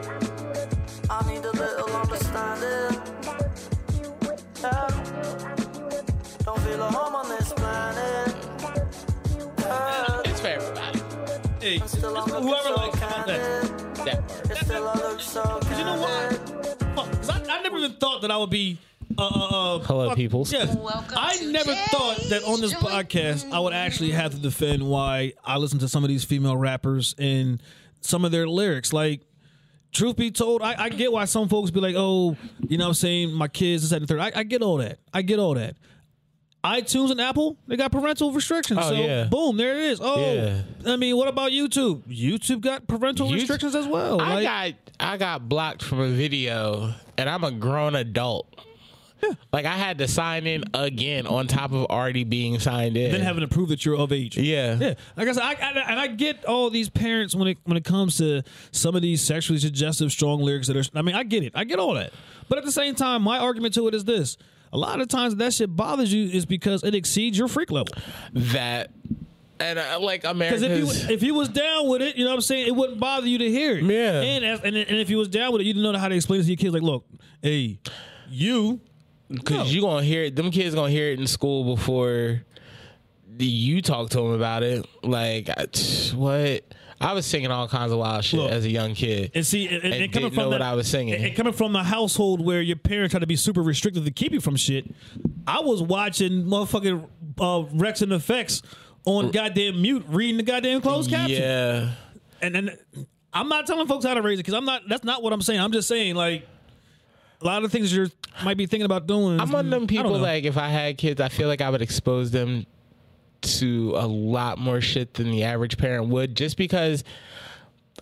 Oh. feel at home on this planet. Yeah. It's for everybody. Hey, it's, it's Still I for look whoever so likes candid. context. That part. That's Still I look so You know why? candid. Fuck, 'cause I, I never even thought that I would be. Uh, uh, uh, Hello, fuck- peoples. Yeah. Welcome I to never Jay's thought that on this Joint. podcast I would actually have to defend why I listen to some of these female rappers and some of their lyrics. Like, truth be told, I, I get why some folks be like, oh, you know what I'm saying? My kids, this, that, and the third. I, I get all that. I get all that. iTunes and Apple, they got parental restrictions. Oh, so, yeah. boom, there it is. Oh, Yeah. I mean, what about YouTube? YouTube got parental You- restrictions as well. I Like, got I got blocked from a video, and I'm a grown adult. Like I had to sign in again on top of already being signed in. then having to prove that you're of age. yeah. Yeah, like I said, I, I, and I get all these parents when it when it comes to some of these sexually suggestive, strong lyrics that are. I mean, I get it, I get all that, but at the same time, my argument to it is this: a lot of times that shit bothers you is because it exceeds your freak level. that and uh, like Because America's if you if you was down with it, you know what I'm saying, it wouldn't bother you to hear it. Yeah. and as, and, and if you was down with it, you didn't know how to explain it to your kids. Like, look, hey, you. Cause you gonna hear it. Them kids gonna hear it in school before the- you talk to them about it. Like I- what? I was singing all kinds of wild shit Look. as a young kid. And see, and, and coming And didn't from know what that- I was singing. and- and coming from the household where your parents try to be super restrictive to keep you from shit, I was watching motherfucking uh, Rex and Effects on goddamn mute, reading the goddamn closed caption. yeah, And then I'm not telling folks how to raise it because I'm not. That's not what I'm saying. I'm just saying like a lot of things you're might be thinking about doing. I'm one of them people. know. Like if I had kids, I feel like I would expose them to a lot more shit than the average parent would, just because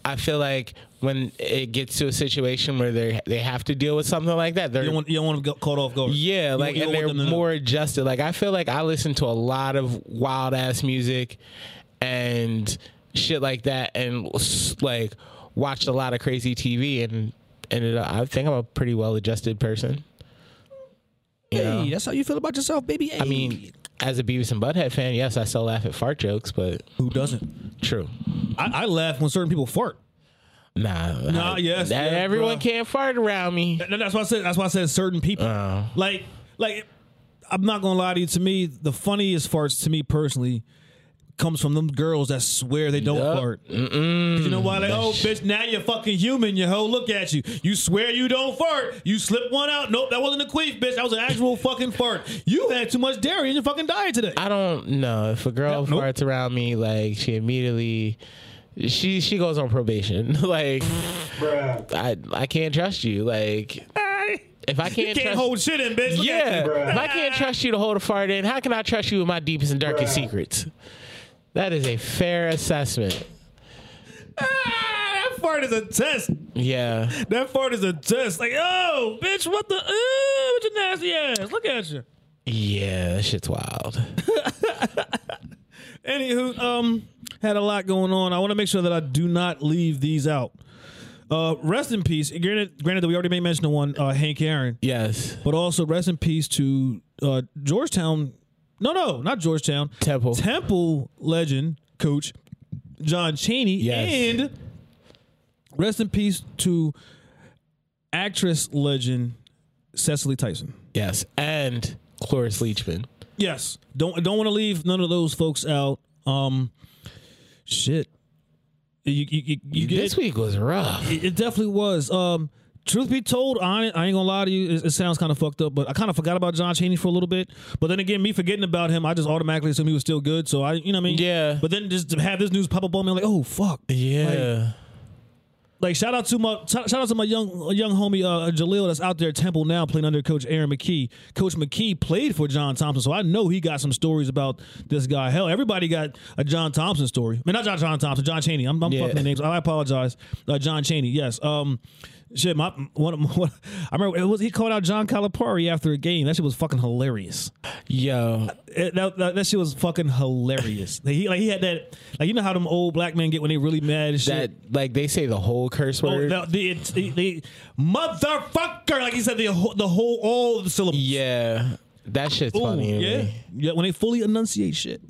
I feel like when it gets to a situation where they they have to deal with something like that, they're you don't want you don't want to get caught off guard. Yeah, You- like you and don't they're want them to- more adjusted. Like I feel like I listen to a lot of wild ass music and shit like that, and s- like watched a lot of crazy TV, and and it, I think I'm a pretty well adjusted person. You know? Hey, that's how you feel about yourself, baby. I mean, as a Beavis and Butthead fan, yes, I still laugh at fart jokes, but who doesn't? true. I, I laugh when certain people fart. Nah, Nah, I- yes, that- yes, everyone bruh. can't fart around me. No, that's why I said. That's why I said certain people. Uh. like, like, I'm not gonna lie to you. To me, the funniest farts to me personally comes from them girls that swear they don't Yup. fart. 'Cause You know why? Like, oh, bitch, now you're fucking human. You hoe, look at you. You swear you don't fart. You slip one out. Nope, that wasn't a queef, bitch. That was an actual fucking fart. You had too much dairy in your fucking diet today. I don't know if a girl Nope. farts around me, like she immediately, she she goes on probation. like, I I can't trust you. Like, if I you can't, can't trust, hold shit in, bitch. Look at yeah, you. if I can't trust you to hold a fart in, how can I trust you with my deepest and darkest secrets? That is a fair assessment. Ah, that fart is a test. Yeah, That fart is a test. Like, oh, bitch, what the? Ooh, what your nasty ass? Look at you. yeah, that shit's wild. Anywho, um, had a lot going on. I want to make sure that I do not leave these out. Uh, rest in peace. Granted, granted that we already made mention of one, uh, Hank Aaron, Yes, but also rest in peace to uh, Georgetown. No, no, not Georgetown. Temple. Temple legend coach John Cheney. Yes. And rest in peace to actress legend Cecily Tyson. yes, and Cloris Leachman. Yes. Don't don't want to leave none of those folks out. Um, shit. You you you, you get This week was rough. it, it definitely was. Um, truth be told, I ain't, I ain't gonna lie to you. It, it sounds kind of fucked up, but I kind of forgot about John Cheney for a little bit. But then again, me forgetting about him, I just automatically assume he was still good. So I, you know what I mean? Yeah. But then just to have this news pop up on me, I'm like, oh fuck. Yeah, Like shout out to my shout shout out to my young young homie uh, Jaleel that's out there at Temple now playing under Coach Aaron McKee. Coach McKee played for John Thompson, so I know he got some stories about this guy. Hell, everybody got a John Thompson story. I mean, not John John Thompson, John Cheney. I'm, I'm Yeah. fucking the names. I apologize, uh, John Cheney. Yes. Um, shit. My one, of my- one. I remember it was he called out John Calipari after a game. That shit was fucking hilarious. yo, It- that, that, that shit was fucking hilarious. Like, he like he had that like you know how them old black men get when they really mad and shit. that like they say the whole curse Oh, word. the, the, it's the, the motherfucker, like he said, the whole, the whole all the syllables. Yeah, that shit's Ooh, funny. to yeah, me. yeah. When they fully enunciate shit.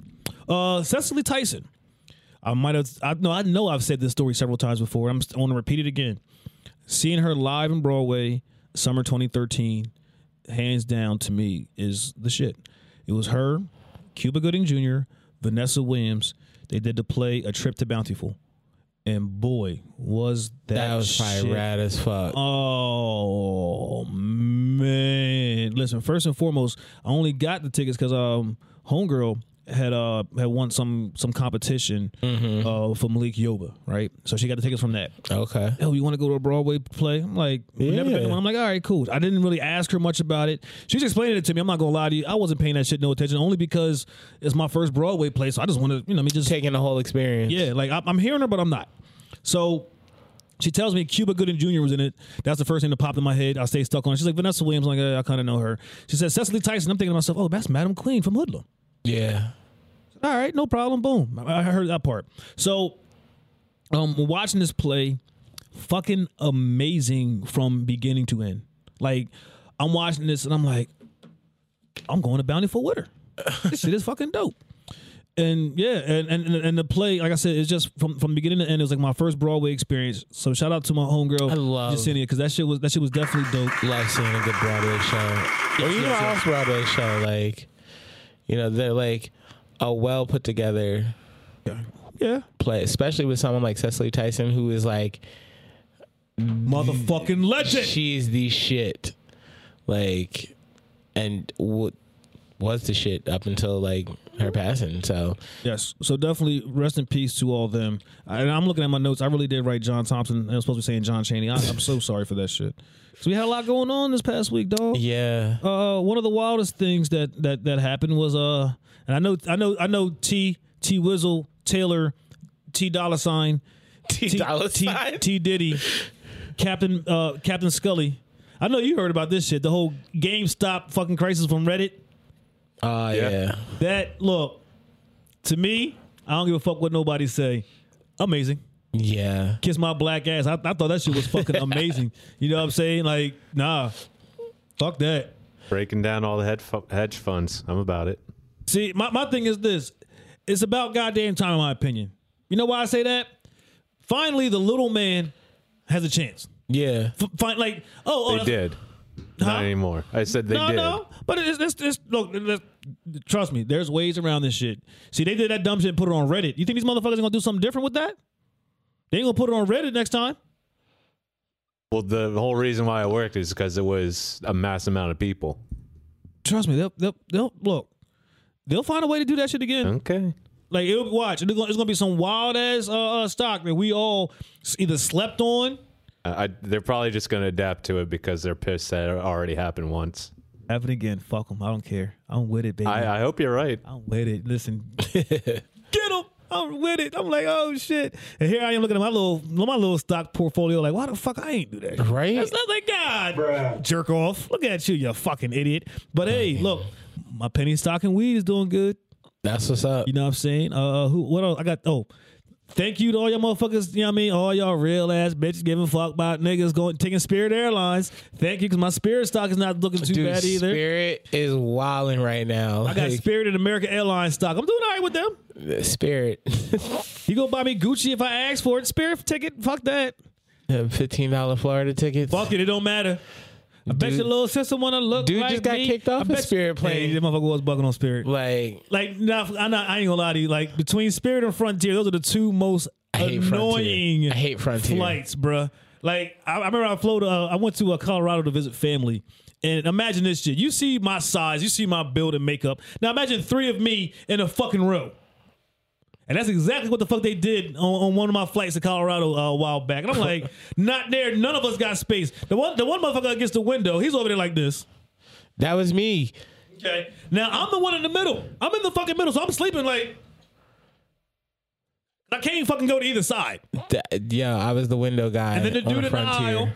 Uh, Cecily Tyson. I might have. I know. I know. I've said this story several times before. I'm. I want to repeat it again. Seeing her live in Broadway, summer 2013, hands down to me is the shit. It was her, Cuba Gooding Jr., Vanessa Williams. They did the play A Trip to Bountiful. And boy, was that, That was probably shit Um, rad as fuck. Oh man! Listen, first and foremost, I only got the tickets because um, homegirl had uh had won some some competition uh for Malik Yoba, right? So she got the tickets from that. Okay. Oh, you want to go to a Broadway play? I'm like, "We've never been to Yeah. one. I'm like, all right, cool. I didn't really ask her much about it. She's explaining it to me. I'm not gonna lie to you. I wasn't paying that shit no attention only because it's my first Broadway play, so I just want to, you know, let me just Taking the whole experience. yeah, like I'm, I'm hearing her, but I'm not. So she tells me Cuba Gooding Jr. was in it. That's the first thing that popped in my head. I stay stuck on it. She's like Vanessa Williams. I'm like eh, I kind of know her. She says Cecily Tyson. I'm thinking to myself, oh, that's Madam Queen from Hoodlum. Yeah. All right, no problem. Boom. I I heard that part. So, um, watching this play, fucking amazing from beginning to end. Like, I'm watching this and I'm like, I'm going to Bountiful with her. This shit is fucking dope. And yeah, and, and and the play, like I said, it's just from from beginning to end. It was like my first Broadway experience. So shout out to my homegirl, I love- Jacinia, because that shit was that shit was definitely dope. Love seeing a good Broadway show. or even yes, an yes. off Broadway show. Like, you know, they're like a well put together Yeah, play, especially with someone like Cecily Tyson, who is like, motherfucking legend. she's the shit. Like, and w- was the shit up until like her passing. So, Yes. So definitely rest in peace to all them. And I'm looking at my notes. I really did write John Thompson. and I was supposed to be saying John Cheney. I, I'm so sorry for that shit. So we had a lot going on this past week, dog. yeah. Uh, one of the wildest things that that that happened was uh, and I know I know I know T T Wizzle Taylor T Dollar Sign T T dollar T, sign. T Diddy Captain uh Captain Scully. I know you heard about this shit. The whole GameStop fucking crisis from Reddit. Oh, yeah. Yeah. That look to me, I don't give a fuck what nobody say. Amazing. Yeah. Kiss my black ass. I, I thought that shit was fucking amazing. You know what I'm saying? Like, nah, fuck that. Breaking down all the hedge, fu- hedge funds. I'm about it. See, my, my thing is this. It's about goddamn time, in my opinion. You know why I say that? Finally, the little man has a chance. Yeah. F- fin- like, oh, oh They that's- did. Not anymore. I said they no, did. no. But it's, it's, it's look. It's, trust me, there's ways around this shit. See, they did that dumb shit and put it on Reddit. You think these motherfuckers are gonna do something different with that? They ain't gonna put it on Reddit next time. Well, the whole reason why it worked is because it was a mass amount of people. Trust me, they'll they'll, they'll look. They'll find a way to do that shit again. Okay. Like, it'll, watch, it's gonna, it's gonna be some wild ass uh, uh, stock that we all s- either slept on. I, I- they're probably just going to adapt to it because they're pissed that it already happened once. Happen again. Fuck them. I don't care. I'm with it, baby. I, I hope you're right. I'm with it. Listen, get him. I'm with it. I'm like, oh shit. And here I am looking at my little my little stock portfolio. Like, why the fuck I ain't do that? Right? That's not like God, jerk off. Look at you, you fucking idiot. But Mm-hmm. hey, look, my penny stock and weed is doing good. That's what's up. You know what I'm saying? Uh, who? What else? I got. Oh, thank you to all y'all motherfuckers. You know what I mean? All y'all real ass bitches giving a fuck about niggas going taking Spirit Airlines. Thank you, because my Spirit stock is not looking too Dude, bad either. Spirit is wilding right now. I got Like, Spirit and American Airlines stock. I'm doing all right with them. Spirit. You gonna buy me Gucci if I ask for it. Spirit ticket, fuck that. The fifteen dollar Florida tickets. Fuck it, it don't matter. I bet Dude- your little sister wanna look. Dude like just got me. kicked off I a bet you- Spirit plane. Hey, that motherfucker was bugging on Spirit. Like Like, nah, I'm not, I ain't gonna lie to you. Like between Spirit and Frontier, those are the two most I annoying hate Frontier. I hate Frontier. flights, bruh. Like I, I remember I flew to, uh, I went to uh, Colorado to visit family. And imagine this shit. You see my size, you see my build and makeup. Now imagine three of me in a fucking row. And that's exactly what the fuck they did on, on one of my flights to Colorado uh, a while back. And I'm like, not there. None of us got space. The one, the one motherfucker against the window, he's over there like this. that was me. Okay. Now I'm the one in the middle. I'm in the fucking middle, so I'm sleeping like. I can't even fucking go to either side. Th- yeah, I was the window guy. And then the on dude in the Frontier. aisle.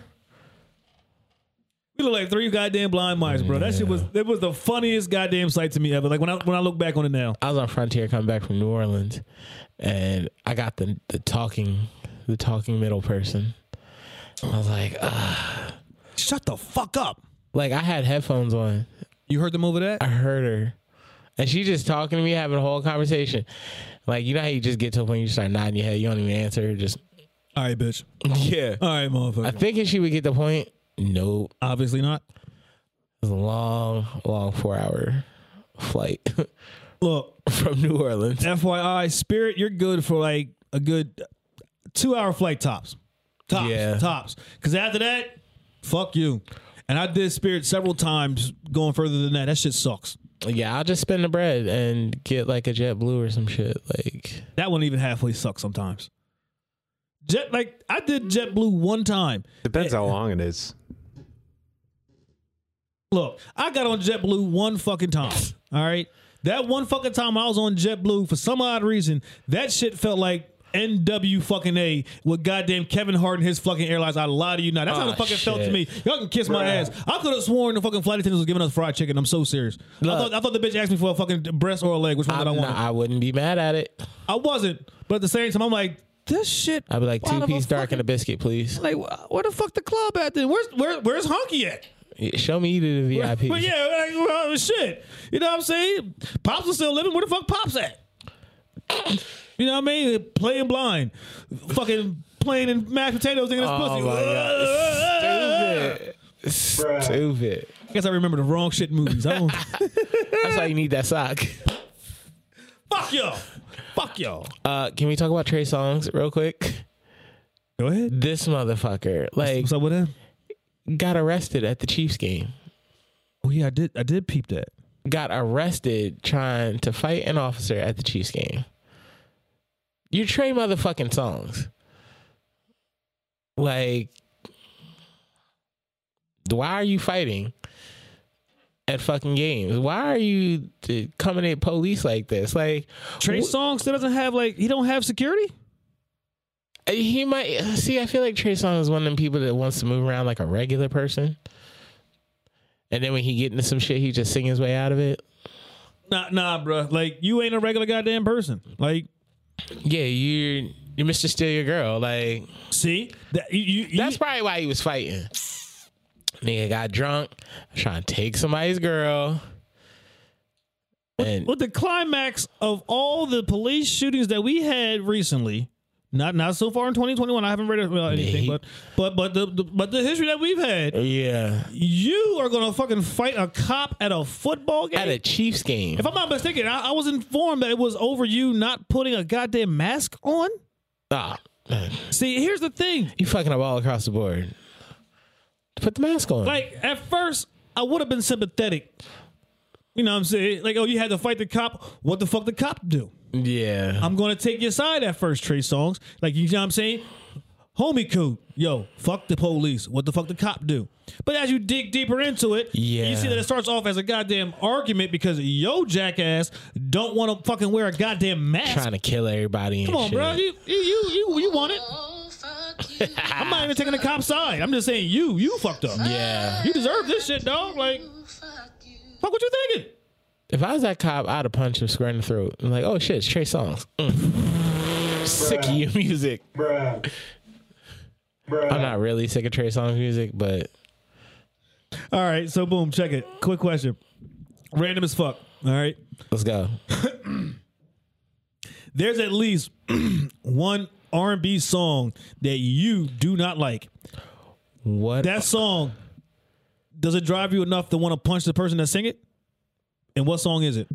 We look like three goddamn blind mice, bro. That shit was it was the funniest goddamn sight to me ever. Like when I when I look back on it now. I was on Frontier coming back from New Orleans, and I got the the talking the talking middle person. I was like, ah. Shut the fuck up. like I had headphones on. You heard them over that? I heard her, and she just talking to me, having a whole conversation. Like you know how you just get to a point you start nodding your head, you don't even answer. Just All right, bitch. yeah. All right, motherfucker. Thinking she would get the point. Nope. Obviously not. It was a long, long four hour flight Look, from New Orleans. FYI, Spirit, you're good for like a good two hour flight tops. Tops. Yeah. Tops. Because after that, fuck you. And I did Spirit several times going further than that. That shit sucks. Yeah, I'll just spend the bread and get like a Jet Blue or some shit. Like, That one even halfway sucks sometimes. Jet like I did JetBlue one time. Depends how long it is. Look, I got on JetBlue one fucking time. All right. That one fucking time I was on JetBlue for some odd reason, that shit felt like NW fucking A with goddamn Kevin Hart and his fucking airlines. I lie to you not. That's how Ah, it fucking felt to shit. me. Y'all can kiss my ass. I could have sworn the fucking flight attendants was giving us fried chicken. I'm so serious. I thought, I thought the bitch asked me for a fucking breast or a leg. Which one I'm did I not- i want? wouldn't be mad at it. I wasn't. But at the same time, I'm like, this shit. I'd be like, Why two the piece dark fucking- and a biscuit, please. Like, wh- where the fuck the club at then? Where's where, where's Honky at? Yeah, Show me you to the VIP. But yeah, like, well, shit. You know what I'm saying? Pops is still living. Where the fuck Pops at? You know what I mean? Playing blind, fucking playing in mashed potatoes, thinking it's Oh pussy. my God. Stupid. Stupid. I guess I remember the wrong shit movies. I don't, That's why you need that sock. fuck y'all. Fuck y'all. Uh, can we talk about Trey Songs real quick? Go ahead. This motherfucker, like, What's up with that? got arrested at the Chiefs game. Oh yeah, I did. I did peep that. Got arrested trying to fight an officer at the Chiefs game. You're Trey motherfucking Songs. Like, why are you fighting at fucking games? Why are you uh, coming at police like this? Like, Trey wh- Songz still doesn't have like he don't have security. He might see. I feel like Trey Songz is one of them people that wants to move around like a regular person, and then when he get into some shit, he just sing his way out of it. Nah, nah, bro. Like you ain't a regular goddamn person. Like, Yeah, you're you're Mr. Steal Your Girl. Like see that you. you that's you, probably why he was fighting. Nigga got drunk, trying to take somebody's girl, and with the climax of all the police shootings that we had recently, not not so far in 2021. I haven't read about anything, he- but but but the, the but the history that we've had, yeah, you are gonna fucking fight a cop at a football game. at a Chiefs game. if I'm not mistaken, I, I was informed that it was over you not putting a goddamn mask on. Ah, See, here's the thing. you fucking up all across the board. Put the mask on. Like at first, I would have been sympathetic. You know what I'm saying? Like, oh, you had to fight the cop. What the fuck the cop do? yeah, I'm gonna take your side at first, Trey Songs. Like you know what I'm saying? Homie coot, yo, fuck the police. What the fuck the cop do? But as you dig deeper into it, Yeah. you see that it starts off as a goddamn argument because yo jackass don't want to fucking wear a goddamn mask. trying to kill everybody. And Come on, shit. bro, you you you you, you want it? Oh, I'm I'm not even taking the cop's side. I'm just saying you you fucked up. Yeah. You deserve this shit, dog. Like, fuck what you thinking? If I was that cop, I'd have punched him square in the throat. I'm like, oh shit, it's Trey Songz. Mm. Sick of your music. I'm not really sick of Trey Songz music, but All right, so boom, check it. Quick question, random as fuck. All right. let's go. there's at least one R&B song that you do not like. What? That song does it drive you enough to want to punch the person that sing it? And what song is it?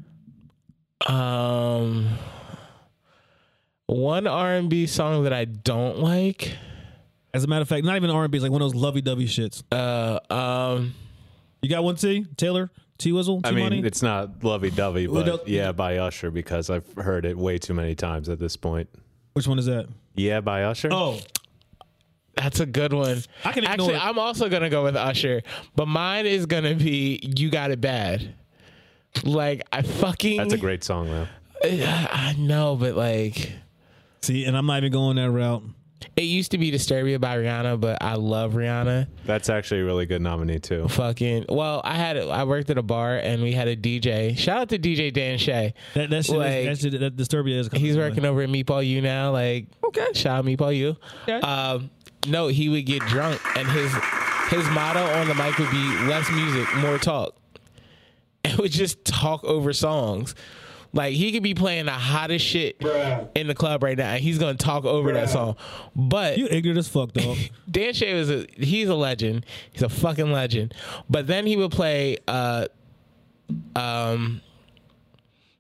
um, one R&B song that I don't like. As a matter of fact, not even R&B. It's like one of those lovey-dovey shits. Uh, um, You got one, T? Taylor? T Wizzle? T I mean, Money? it's not lovey dovey, Well, but no- yeah, by Usher because I've heard it way too many times at this point. Which one is that? Yeah, by Usher. Oh, that's a good one. I can ignore actually. it. I'm also gonna go with Usher, but mine is gonna be "You Got It Bad." Like I fucking. that's a great song though. I know, but like. see, and I'm not even going that route. It used to be Disturbia by Rihanna, but I love Rihanna. That's actually a really good nominee too. Fucking well, I had I worked at a bar and we had a DJ. Shout out to DJ Dan Shay. That that shit, Like- that, shit that Disturbia is. He's working over at Meatball U now. Like okay, shout out Meatball U. Okay. Um, no, he would get drunk and his his motto on the mic would be less music, more talk. And would just talk over songs. Like he could be playing the hottest shit in the club right now, and he's gonna talk over that song. But You ignorant as fuck, dog. Dan Shay was a he's a legend. He's a fucking legend. But then he would play uh um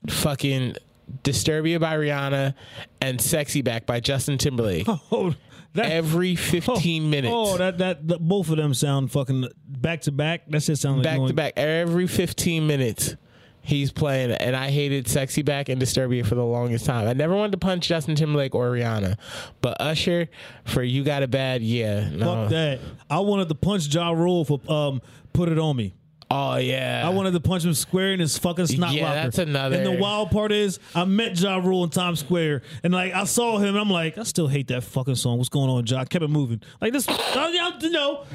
fucking Disturbia by Rihanna and Sexy Back by Justin Timberlake Oh, that, every 15 minutes. Oh, that that the, both of them sound fucking back to back. That shit sound like back going, to back every 15 minutes he's playing it. and i hated sexy back and disturbia for the longest time i never wanted to punch justin timberlake or rihanna but usher for you got a bad yeah no. Fuck that. I wanted to punch Ja Rule for um put it on me. oh yeah I wanted to punch him square in his fucking snot Yeah, locker. that's another- And the wild part is, I met Ja Rule in Times Square, and like I saw him, and I'm like, I still hate that fucking song. What's going on, Ja? Kept it moving. Like this, I, I, you know.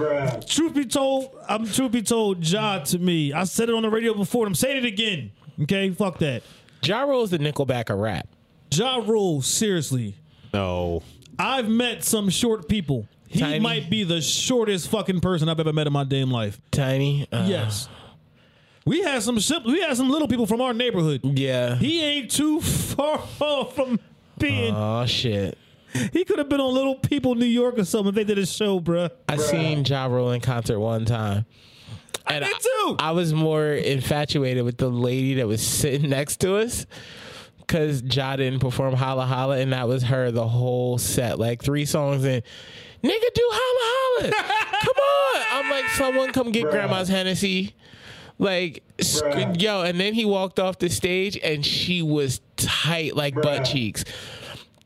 Truth be told, I'm truth be told, Ja to me. I said it on the radio before, and I'm saying it again. Okay, fuck that. ja Rule is the nickelback of rap Ja Rule, seriously, No. I've met some short people. He Tiny. might be the shortest fucking person I've ever met in my damn life. tiny uh, Yes. We had some ship, we had some little people from our neighborhood. yeah He ain't too far off from being. oh shit he could have been on Little People New York or something if they did a show, bruh. i seen ja Rule in concert one time and Me too. I was more infatuated with the lady that was sitting next to us because Ja didn't perform Holla Holla, and that was her the whole set. Like three songs in, nigga, do Holla Holla. come on. I'm like, someone come get Grandma's Hennessy. Like, sc- yo, and then he walked off the stage and she was tight like butt cheeks.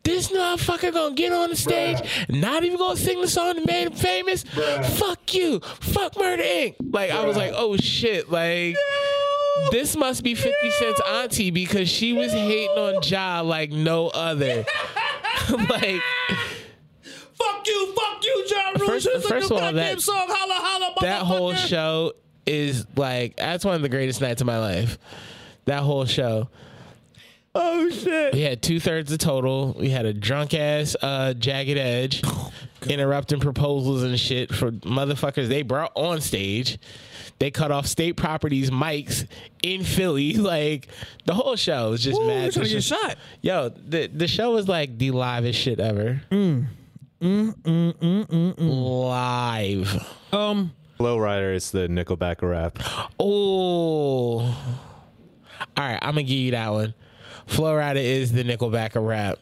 This motherfucker gonna get on the stage, not even gonna sing the song that made him famous. Fuck you. Fuck Murder Inc. Like, I was like, oh shit. Like, this must be 50 Cent's auntie because she was hating on Ja like no other. like, Fuck you, fuck you, John Rule. First- Should've sung first the of all, goddamn that- song, holla, holla, that whole motherfucker. show is like, that's one of the greatest nights of my life. That whole show. Oh shit. We had two thirds of total. We had a drunk ass uh, jagged edge interrupting proposals and shit for motherfuckers they brought on stage. They cut off state properties mics in Philly. Like the whole show was just Ooh, mad. you're trying to get disres- shot. Yo, the the show was like the livest shit ever. Live. Um, Lowrider is the Nickelback rap. Oh. All right, I'm gonna give you that one. Florida is the Nickelback of rap.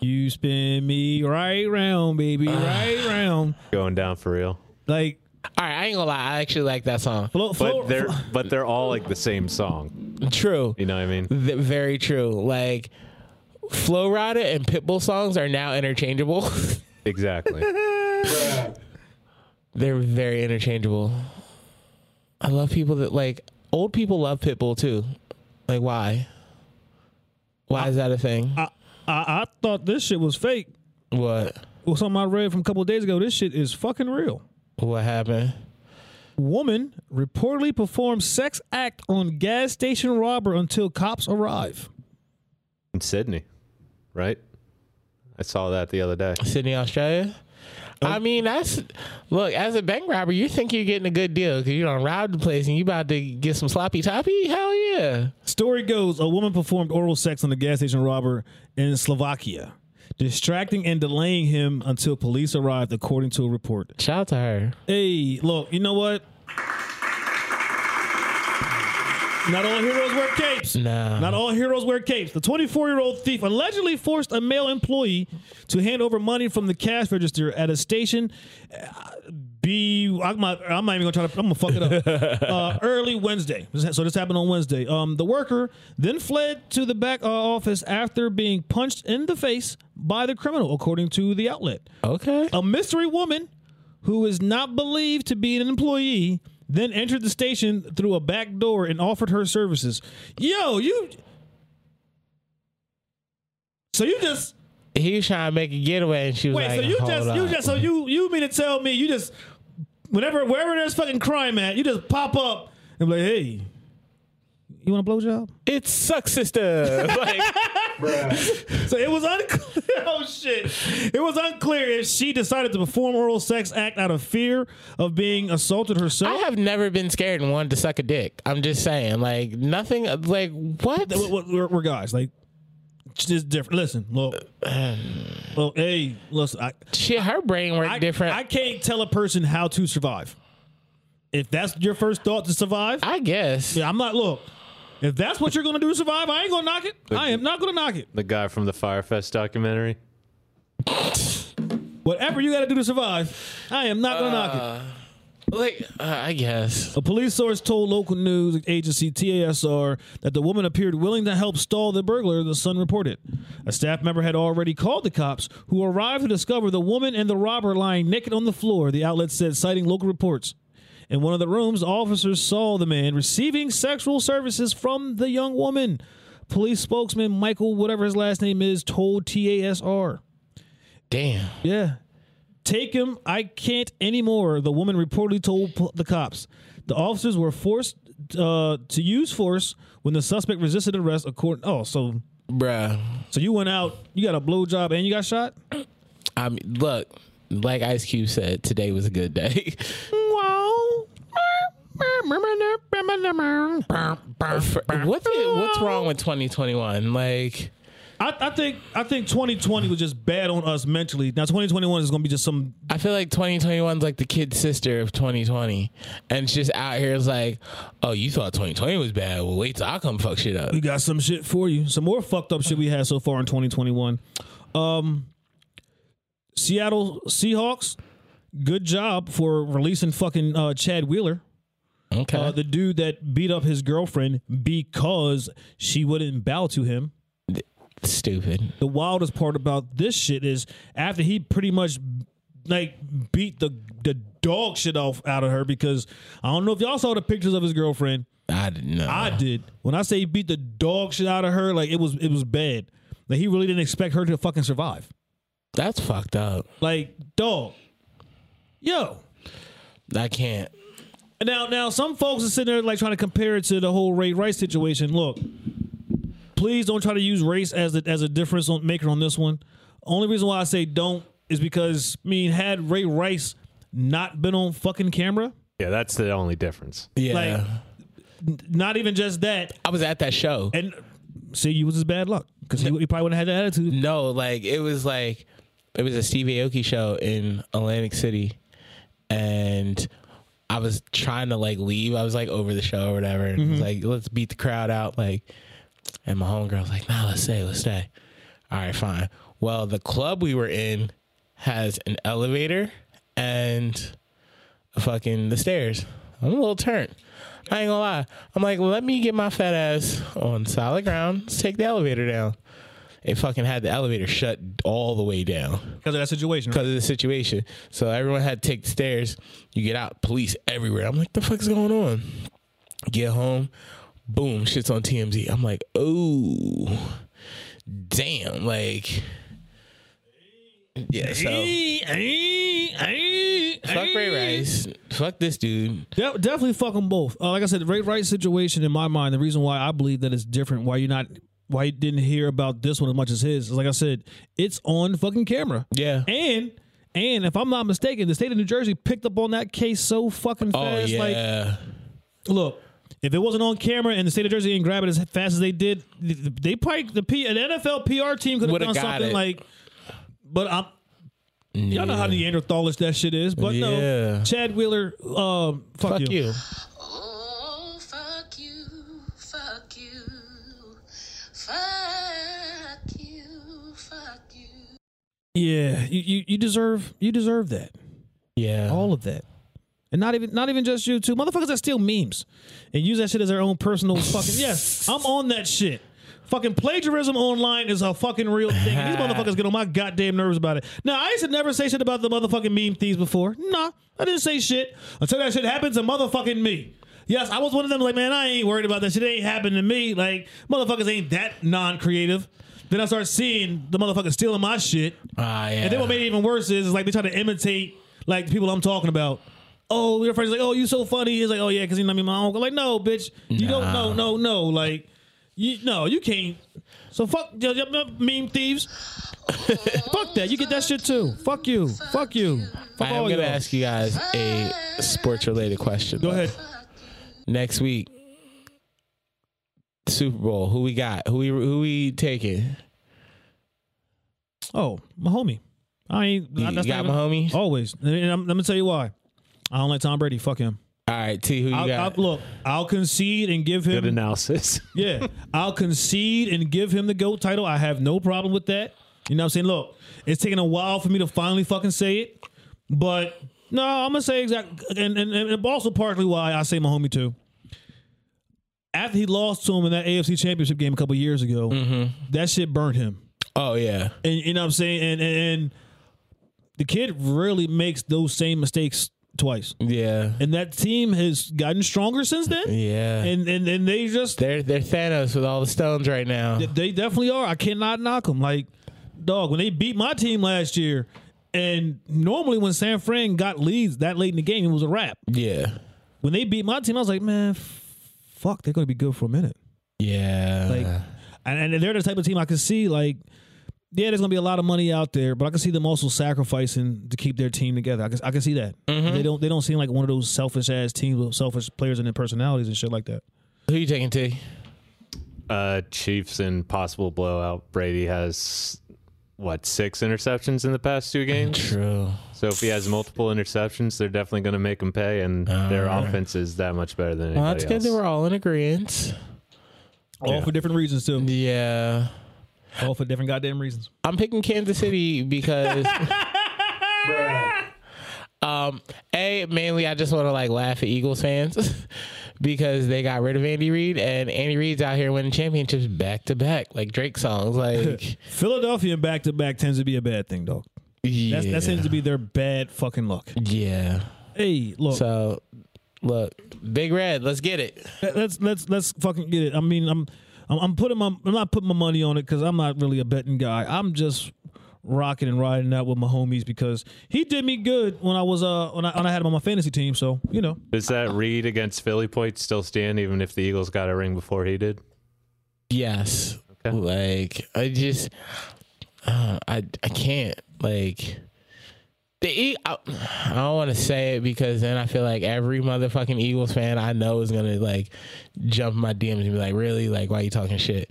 you spin me right round, baby, Ah. right round. Going down for real. Like, All right, I ain't gonna lie. I actually like that song. flow, flow, But they're but they're all like the same song. True. You know what I mean? Th- very true. Like Flow Rida and Pitbull songs are now interchangeable. Exactly. They're very interchangeable. I love people that like old people love Pitbull too. Like why? Why is that a thing? I, I, I thought this shit was fake. what? Well, something I read from a couple of days ago. This shit is fucking real. What happened? Woman reportedly performs sex act on gas station robber until cops arrive. In Sydney, right? I saw that the other day. Sydney, Australia. I mean, that's look as a bank robber, you think you're getting a good deal because you don't rob the place and you about to get some sloppy toppy. Hell yeah! Story goes a woman performed oral sex on a gas station robber in Slovakia, distracting and delaying him until police arrived, according to a report. Shout out to her. Hey, look, you know what? Not all heroes wear capes. Nah. Not all heroes wear capes. The 24 year old thief allegedly forced a male employee to hand over money from the cash register at a station. uh, Be I'm not, I'm not even gonna try to. I'm gonna fuck it up. uh, early Wednesday. This ha- So this happened on Wednesday. Um, the worker then fled to the back uh, office after being punched in the face by the criminal, according to the outlet. Okay. A mystery woman who is not believed to be an employee then entered the station through a back door and offered her services. Yo, you. So you just he was trying to make a getaway, and she was wait. like, so you "Hold just you up." just so you you mean to tell me you just whenever wherever there's fucking crime at you just pop up and be like hey, you want a blowjob? It sucks, sister. like, So it was unclear. Oh shit! It was unclear if she decided to perform oral sex act out of fear of being assaulted herself. I have never been scared and wanted to suck a dick. I'm just saying, like, nothing. Like, what? Th- we're, we're- we're guys. Like, it's just different. Listen, look, look, hey, listen. I, Shit, her brain worked I, different. I I, can't tell a person how to survive. If that's your first thought to survive, guess. yeah, I'm not. Look, If that's what you're gonna do to survive, I ain't gonna knock it. I am not gonna knock it. The guy from the Firefest documentary. Whatever you gotta do to survive, I am not gonna knock it. Like, uh, I guess. A police source told local news agency TASR that the woman appeared willing to help stall the burglar, the Sun reported. A staff member had already called the cops, who arrived to discover the woman and the robber lying naked on the floor, the outlet said, citing local reports. In one of the rooms, officers saw the man receiving sexual services from the young woman. Police spokesman Michael, whatever his last name is, told TASR. Damn. Yeah. Take him. I can't anymore, the woman reportedly told pl- the cops. The officers were forced uh, to use force when the suspect resisted arrest. According, oh, so Bruh. so you went out, you got a blowjob, and you got shot. I mean, look, like Ice Cube said, today was a good day. Wow. For- what the, what's wrong with 2021? Like, I, I think I think 2020 was just bad on us mentally. Now 2021 is going to be just some. I feel like 2021 is like the kid sister of 2020. And it's just out here is like, oh, you thought 2020 was bad. Well, wait till I come fuck shit up. We got some shit for you. Some more fucked up shit we had so far in 2021. Um, Seattle Seahawks. Good job for releasing fucking uh, Chad Wheeler. Okay. uh, the dude that beat up his girlfriend because she wouldn't bow to him. Stupid. The wildest part about this shit is after he pretty much like beat the the dog shit off out of her because I don't know if y'all saw the pictures of his girlfriend. I didn't know. I did. When I say he beat the dog shit out of her, like it was it was bad. Like he really didn't expect her to fucking survive. That's fucked up. Like dog, yo. I can't. Now, now, some folks are sitting there like trying to compare it to the whole Ray Rice situation. Look, please don't try to use race as a, as a difference on, maker on this one. Only reason why I say don't is because I mean, had Ray Rice not been on fucking camera, Yeah, that's the only difference. Yeah. like n- not even just that, I was at that show. and see, you was his bad luck because he, he probably wouldn't have had that attitude. No, like it was like it was a Steve Aoki show in Atlantic City, and I was trying to like leave. I was like over the show or whatever, and it was like let's beat the crowd out. Like, and my homegirl's like, "Nah, let's stay, let's stay." All right, fine. Well, the club we were in has an elevator and fucking the stairs. I'm a little turned. I ain't gonna lie. I'm like, let me get my fat ass on solid ground. Let's take the elevator down. It fucking had the elevator shut all the way down Because of that situation, because of the situation. So everyone had to take the stairs. You get out, police everywhere. I'm like, the fuck's going on? Get home, boom, shit's on TMZ. I'm like, oh, damn. Like, yeah, so. Fuck Ray Rice. Fuck this dude. De- definitely fuck them both. Uh, like I said, the Ray Rice situation in my mind, the reason why I believe that it's different, why you're not, why you didn't hear about this one as much as his, is like I said, it's on fucking camera. Yeah. And and if I'm not mistaken, the state of New Jersey picked up on that case so fucking Oh fast. Like, yeah. look, if it wasn't on camera and the state of Jersey didn't grab it as fast as they did, th- th- they probably the P, an NFL PR team could have Would've done got something it. like. But I'm y'all know how Neanderthalish that shit is. But Yeah. no, Chad Wheeler, um, fuck, Fuck you. Oh, fuck you, fuck you, fuck you, fuck you. Yeah, you, you, you deserve you deserve that. Yeah. All of that. And not even not even just you too. Motherfuckers that steal memes and use that shit as their own personal fucking Yes, I'm on that shit. Fucking plagiarism online is a fucking real thing. These motherfuckers get on my goddamn nerves about it. Now I used to never say shit about the motherfucking meme thieves before. Nah, I didn't say shit. Until that shit happens to motherfucking me. Yes, I was one of them like, man, I ain't worried about that shit. It ain't happened to me. Like, motherfuckers ain't that non-creative. Then I start seeing the motherfuckers stealing my shit. Ah, yeah. And then what made it even worse is, is like they try to imitate like the people I'm talking about. Oh, your friend's like, oh, you so funny. He's like, oh yeah, because you know me, my uncle. Like, no, bitch, you don't. No, no, no. Like, you no, you can't. So fuck y- y- y- meme thieves. fuck that. You get that shit too. Fuck you. Fuck you. Fuck I am all gonna y'all. ask you guys a sports related question. Go ahead. Next week, Super Bowl. Who we got? Who we who we taking? Oh, my homie. I ain't. You that's got not even- Mahomes? Always. And I'm, I'm gonna tell you why. I don't like Tom Brady. Fuck him. All right, T, who you I'll, I'll, got? look, I'll concede and give Mm. Good him. analysis. Yeah, I'll concede and give him the goat title. I have no problem with that. You know what I'm saying? Look, it's taking a while for me to finally fucking say it, but no, I'm gonna say exact, and and, and also partly why I say my homie too. After he lost to him in that AFC Championship game a couple years ago, that shit burned him. oh yeah, And you know what I'm saying? And, and and the kid really makes those same mistakes twice. yeah, And that team has gotten stronger since then. yeah. And and and they just they're they're Thanos with all the stones right now. they definitely are. I cannot knock them. Like dog, when they beat my team last year, and normally when San Fran got leads that late in the game, it was a wrap. Yeah, When they beat my team, I was like, man, f- fuck, they're gonna be good for a minute. yeah. Like, and, and they're the type of team I can see. Like, yeah, there's gonna be a lot of money out there, but I can see them also sacrificing to keep their team together. I can, I can see that. Mm-hmm. They don't they don't seem like one of those selfish ass teams with selfish players and their personalities and shit like that. who you taking, T? Uh, Chiefs and possible blowout. Brady has what six interceptions in the past two games. True. So if he has multiple interceptions, they're definitely going to make him pay, and their offense is that much better than anybody Oh, Well, that's good else. that we're all in agreement. All for different reasons too. Yeah. All for different goddamn reasons. I'm picking Kansas City because um A mainly I just want to like laugh at Eagles fans because they got rid of Andy Reid and Andy Reid's out here winning championships back to back like Drake songs like Philadelphia back to back tends to be a bad thing, dog. yeah. That's, That seems to be their bad fucking luck. yeah. Hey, look, So look, Big Red, let's get it. let's let's let's fucking get it. I mean, I'm I'm, I'm putting my I'm not putting my money on it because I'm not really a betting guy. I'm just rocking and riding out with my homies because he did me good when I was uh when I when I had him on my fantasy team. So you know, Does that read against Philly point still stand, even if the Eagles got a ring before he did? Yes. Okay. Like I just, uh, I I can't like. The e- I, I don't want to say it because then I feel like every motherfucking Eagles fan I know is gonna like jump in my DMs and be like, "Really? Like, why you talking shit?"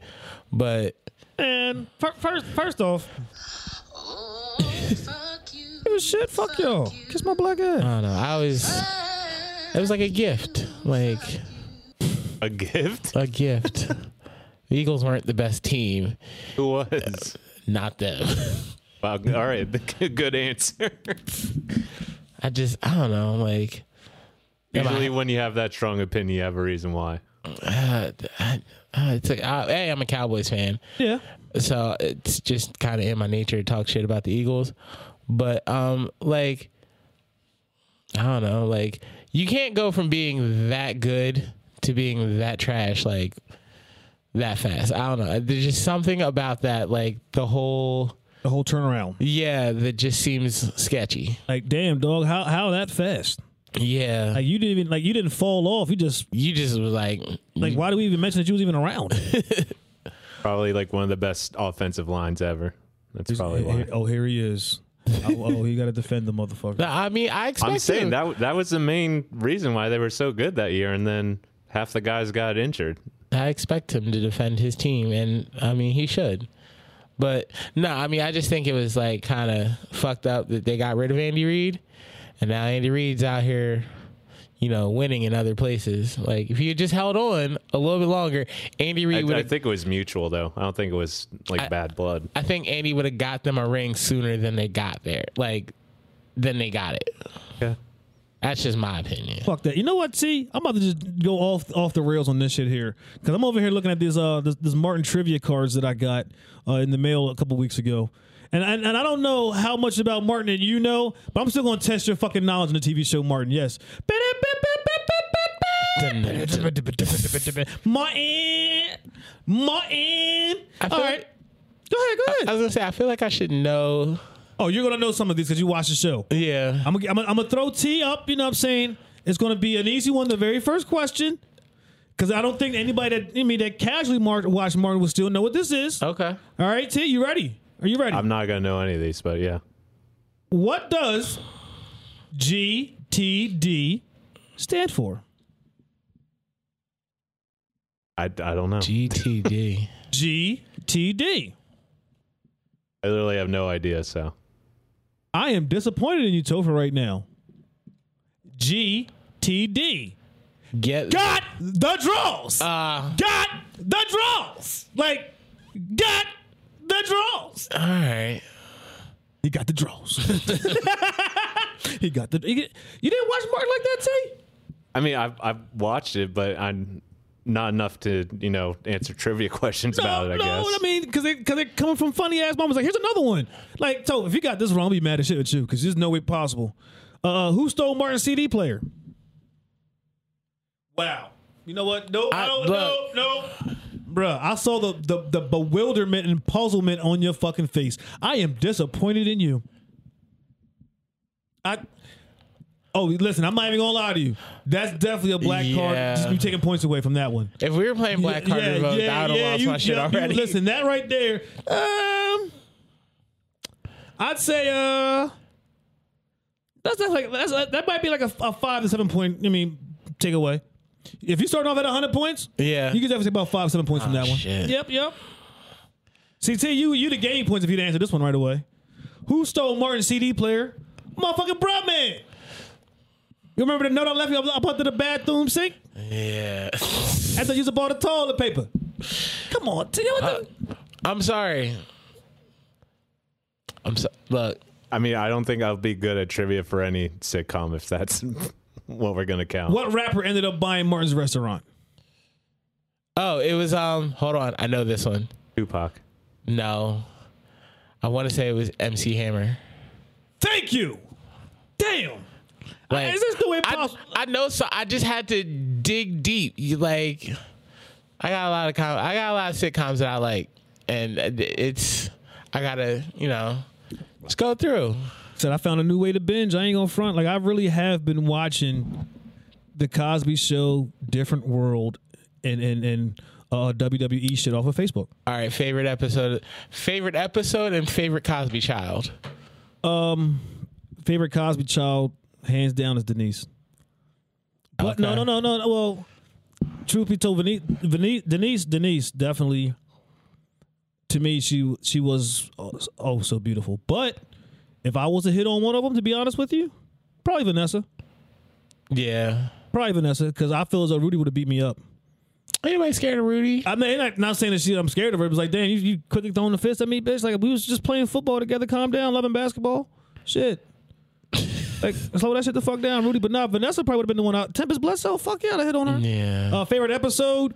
But and fir- first first off, Oh, fuck you. give a shit, fuck y'all, kiss my black I ass. don't know. I was it was like a gift, like A gift? a gift. the Eagles weren't the best team, Who was? not them. Wow, all right, good answer. I just I don't know. Like am I- Usually, when you have that strong opinion, you have a reason why. uh, I, I, it's like, I, hey, I'm a Cowboys fan. Yeah, so it's just kind of in my nature to talk shit about the Eagles. But um, like I don't know, like you can't go from being that good to being that trash like that fast. I don't know. There's just something about that, like the whole the whole turnaround. yeah, that just seems sketchy. Like damn, dog, how how that fast? Yeah, Like you didn't even like you didn't fall off. You just you just was like, like Mm. why do we even mention that you was even around? Probably like one of the best offensive lines ever. That's probably why. oh, here he is. oh, oh, he got to defend the motherfucker. I mean, I expect I'm saying it. that that was the main reason why they were so good that year, and then half the guys got injured. I expect him to defend his team, and I mean he should. But no, I mean I just think it was like kind of fucked up that they got rid of Andy Reid, and now Andy Reid's out here, you know, winning in other places. Like if he had just held on a little bit longer, Andy I, Reid would. I have think it was mutual though. I don't think it was like I- bad blood. I think Andy would have got them a ring sooner than they got there. Like than they got it. Okay. That's just my opinion. Fuck that. You know what? See, I'm about to just go off off the rails on this shit here because I'm over here looking at these uh this, this Martin trivia cards that I got uh, in the mail a couple weeks ago, and, and and I don't know how much about Martin that you know, but I'm still gonna test your fucking knowledge in the TV show Martin. Yes. Martin, Martin. I feel All right, go ahead, go I ahead. was gonna say I feel like I should know. Oh, you're gonna know some of these because you watch the show. Yeah. I'm gonna, I'm gonna, I'm gonna throw T up. You know what I'm saying? It's gonna be an easy one. The very first question, because I don't think anybody that I mean that casually mar- watched Martin would still know what this is. okay. All right, T, you ready? Are you ready? I'm not gonna know any of these, but yeah. what does GTD stand for? I, I don't know. GTD. GTD. I literally have no idea. So I am disappointed in you, Topher, right now. GTD. TD. Get Got the draws. Uh, got the draws. Like, got the draws. all right. He got the draws. he got the. he get- you didn't watch Martin like that, Tay? I mean, I've I've watched it, but I'm not enough to you know answer trivia questions about it. I no, guess. I mean, because they because they're coming from funny ass moments. Like, here's another one. Like, so if you got this wrong, I'll be mad as shit at you because there's no way possible. Uh, who stole Martin's CD player? Wow. You know what? No, I, I- don't. look. No, no. Bruh, I saw the, the the bewilderment and puzzlement on your fucking face. I am disappointed in you. I. Oh, listen, I'm not even gonna lie to you. That's definitely a black card. Yeah. Just you taking points away from that one. If we were playing Black Card Revoke, I would have lost you- my shit yeah, you- already. listen, that right there. Um, I'd say uh, that's, that's like that's that might be like a, a five to seven point. I mean, takeaway. If you start off at hundred points, Yeah. Ah, you could definitely take about five seven points from that one. shit. Yep, yep. See, T, you you the game points if you'd answer this one right away. Who stole Martin's CD player? Motherfucking Brutman. You remember the note I left you up under the bathroom sink? yeah. After you used a ball of toilet paper. Come on, T. What the? I'm sorry. I'm so look. I mean, I don't think I'll be good at trivia for any sitcom if that's what we're gonna count. What rapper ended up buying Martin's restaurant? Oh, it was um hold on. I know this one. Tupac. No. I want to say it was MC Hammer. Thank you. Damn. Like, Is this the way I, possible? I know so I just had to dig deep. You like I got a lot of com- I got a lot of sitcoms that I like and uh, it's I got to, you know, let's go through. Said I found a new way to binge. I ain't gonna front. Like I really have been watching the Cosby Show, Different World, and and and uh, WWE shit off of Facebook. All right, favorite episode favorite episode and favorite Cosby child. Favorite Cosby child, hands down, is Denise. But no, Okay. no, no, no, no. Well, truth be told, Vene- Vene- Denise, Denise, definitely. To me, she she was oh, oh so beautiful. But if I was to hit on one of them, to be honest with you, probably Vanessa, Yeah. probably Vanessa, because I feel as though Rudy would have beat me up. Anybody scared of Rudy? I'm not, and I'm not saying that she, I'm scared of her. It was like, damn, you, you quickly throwing the fist at me, bitch. Like we was just playing football together. Calm down, loving basketball. Shit. like slow that shit the fuck down, Rudy. But nah, Vanessa probably would have been the one out. Tempest Blesso, fuck yeah, I hit on her. Yeah. Uh, favorite episode?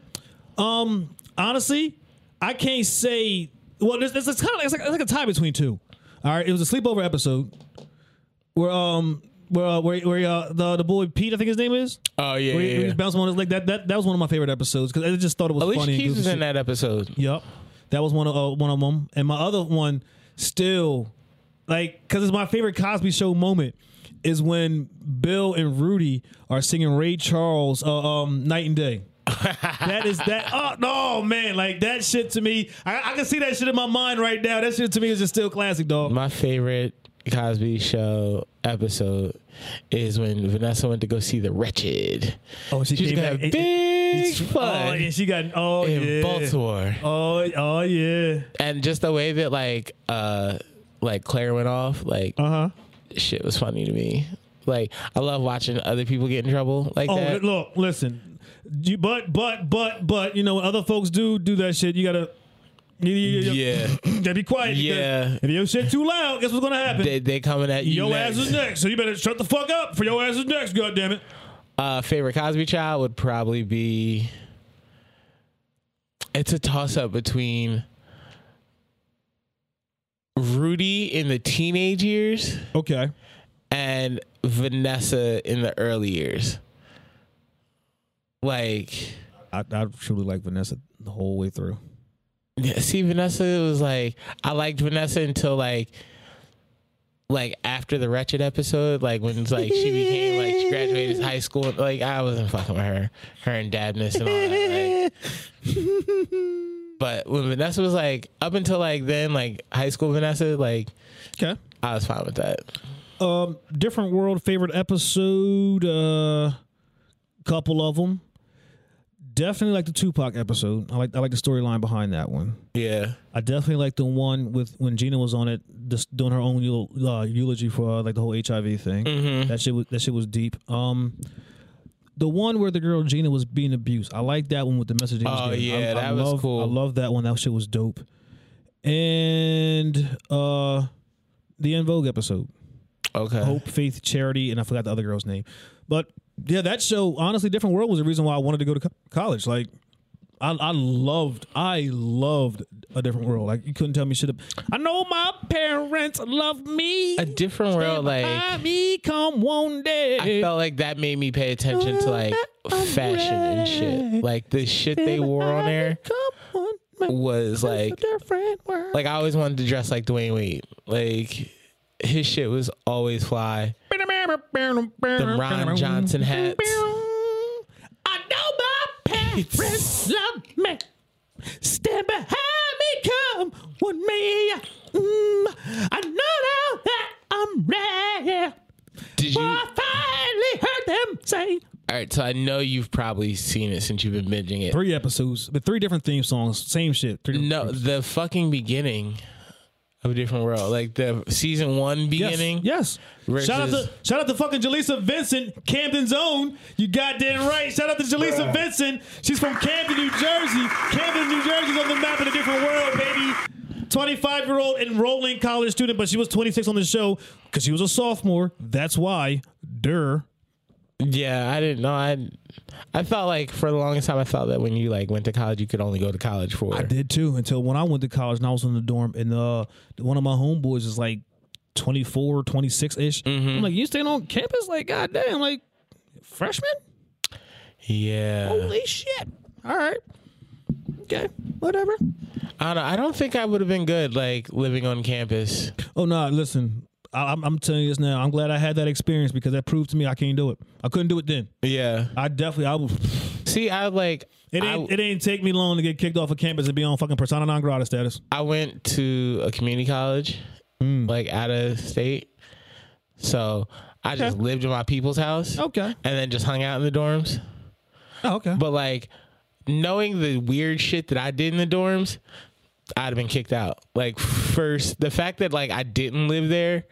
Um, honestly, I can't say. Well, there's, there's it's kind of like, it's like it's like a tie between two. All right, it was a sleepover episode where um where uh, where, where uh, the the boy Pete, I think his name is, oh yeah. where he, where yeah. he's bouncing on his leg. That that that was one of my favorite episodes because I just thought it was Alicia funny. and Keys was goofy in shit. that episode. Yep, that was one of uh, one of them. And my other one still like because it's my favorite Cosby Show moment is when Bill and Rudy are singing Ray Charles uh, um, Night and Day. that is that. Oh no, man! Like that shit to me, I, I can see that shit in my mind right now. That shit to me is just still classic, dog. My favorite Cosby Show episode is when Vanessa went to go see The Wretched. Oh, she She's came gonna back- have it- big Oh, fun yeah, she got. Oh in yeah. Baltimore, Oh, oh yeah. and just the way that like uh like Claire went off, like Uh huh. shit was funny to me. Like I love watching other people get in trouble like Oh, that. look, listen. You, but, but, but, but, you know, when other folks do do that shit, you gotta, you, you, you, Yeah, you gotta be quiet. because Yeah. If your shit too loud, guess what's gonna happen? they they coming at you. your next. ass is next, so you better shut the fuck up for your ass is next. God damn it! Uh, favorite Cosby child would probably be. It's a toss up between Rudy in the teenage years Okay. and Vanessa in the early years. Like, I, I truly like Vanessa the whole way through. yeah, see, Vanessa was like, I liked Vanessa until like, like after the Wretched episode, like when it's like she became like she graduated high school, like I wasn't fucking with her, her and Dadness and all that. Like, But when Vanessa was like up until like then, like high school Vanessa, like okay. I was fine with that. Um, different world favorite episode. Uh, couple of them. Definitely like the Tupac episode. I like I like the storyline behind that one. Yeah. I definitely like the one with when Gina was on it, just doing her own Mm-hmm. eul- uh, eulogy for uh, like the whole HIV thing. That shit was that shit was deep. Um, the one where the girl Gina was being abused. I like that one with the message. they was Oh, getting. I- yeah, I that was love- cool. I love that one. That shit was dope. And uh the En Vogue episode. Okay. Hope, Faith, Charity, and I forgot the other girl's name. But yeah, that show, honestly, Different World was the reason why I wanted to go to co- college. Like, I, I loved, I loved a different world. Like, you couldn't tell me shit. ab- I know my parents love me. A different world, like Have me come one day. I felt like that made me pay attention to like fashion and shit. Like the shit they wore on there Come on, man, was it's a like different world. like I always wanted to dress like Dwayne Wade. Like his shit was always fly. the Them Ron Johnson hats. I know my parents love me. Stand behind me, come with me. Mm, I know now that I'm ready. Did you I finally heard them say. All right, so I know you've probably seen it since you've been binging it. Three episodes, but three different theme songs, same shit. Three different No, themes. the fucking beginning of a different world. Like the season 1 beginning. Yes. yes. Shout out versus- to shout out to fucking Jaleesa Vincent, Camden's own. You goddamn right. Shout out to Jaleesa Vincent. She's from Camden, New Jersey. Camden, New Jersey's on the map in a different world, baby. 25 year old enrolling college student, but she was 26 on the show because she was a sophomore. That's why. Durr. Yeah, I didn't know. I I thought like for the longest time I thought that when you like went to college you could only go to college for. I did too until when I went to college and I was in the dorm and uh one of my homeboys is like 24, 26 ish. Mm-hmm. I'm like, you staying on campus? Like, goddamn, like freshman? Yeah. Holy shit. All right. Okay. Whatever. I don't I don't think I would have been good like living on campus. Oh, no. listen, I, I'm, I'm telling you this now. I'm glad I had that experience because that proved to me I can't do it. I couldn't do it then. Yeah. I definitely, I would. See, I like It I- ain't, it ain't take me long to get kicked off of campus and be on fucking persona non grata status. I went to a community college, Mm. like out of state. So I just Okay. lived in my people's house. Okay. And then just hung out in the dorms. Oh, okay. But like knowing the weird shit that I did in the dorms, I'd have been kicked out. Like first the fact that like I didn't live there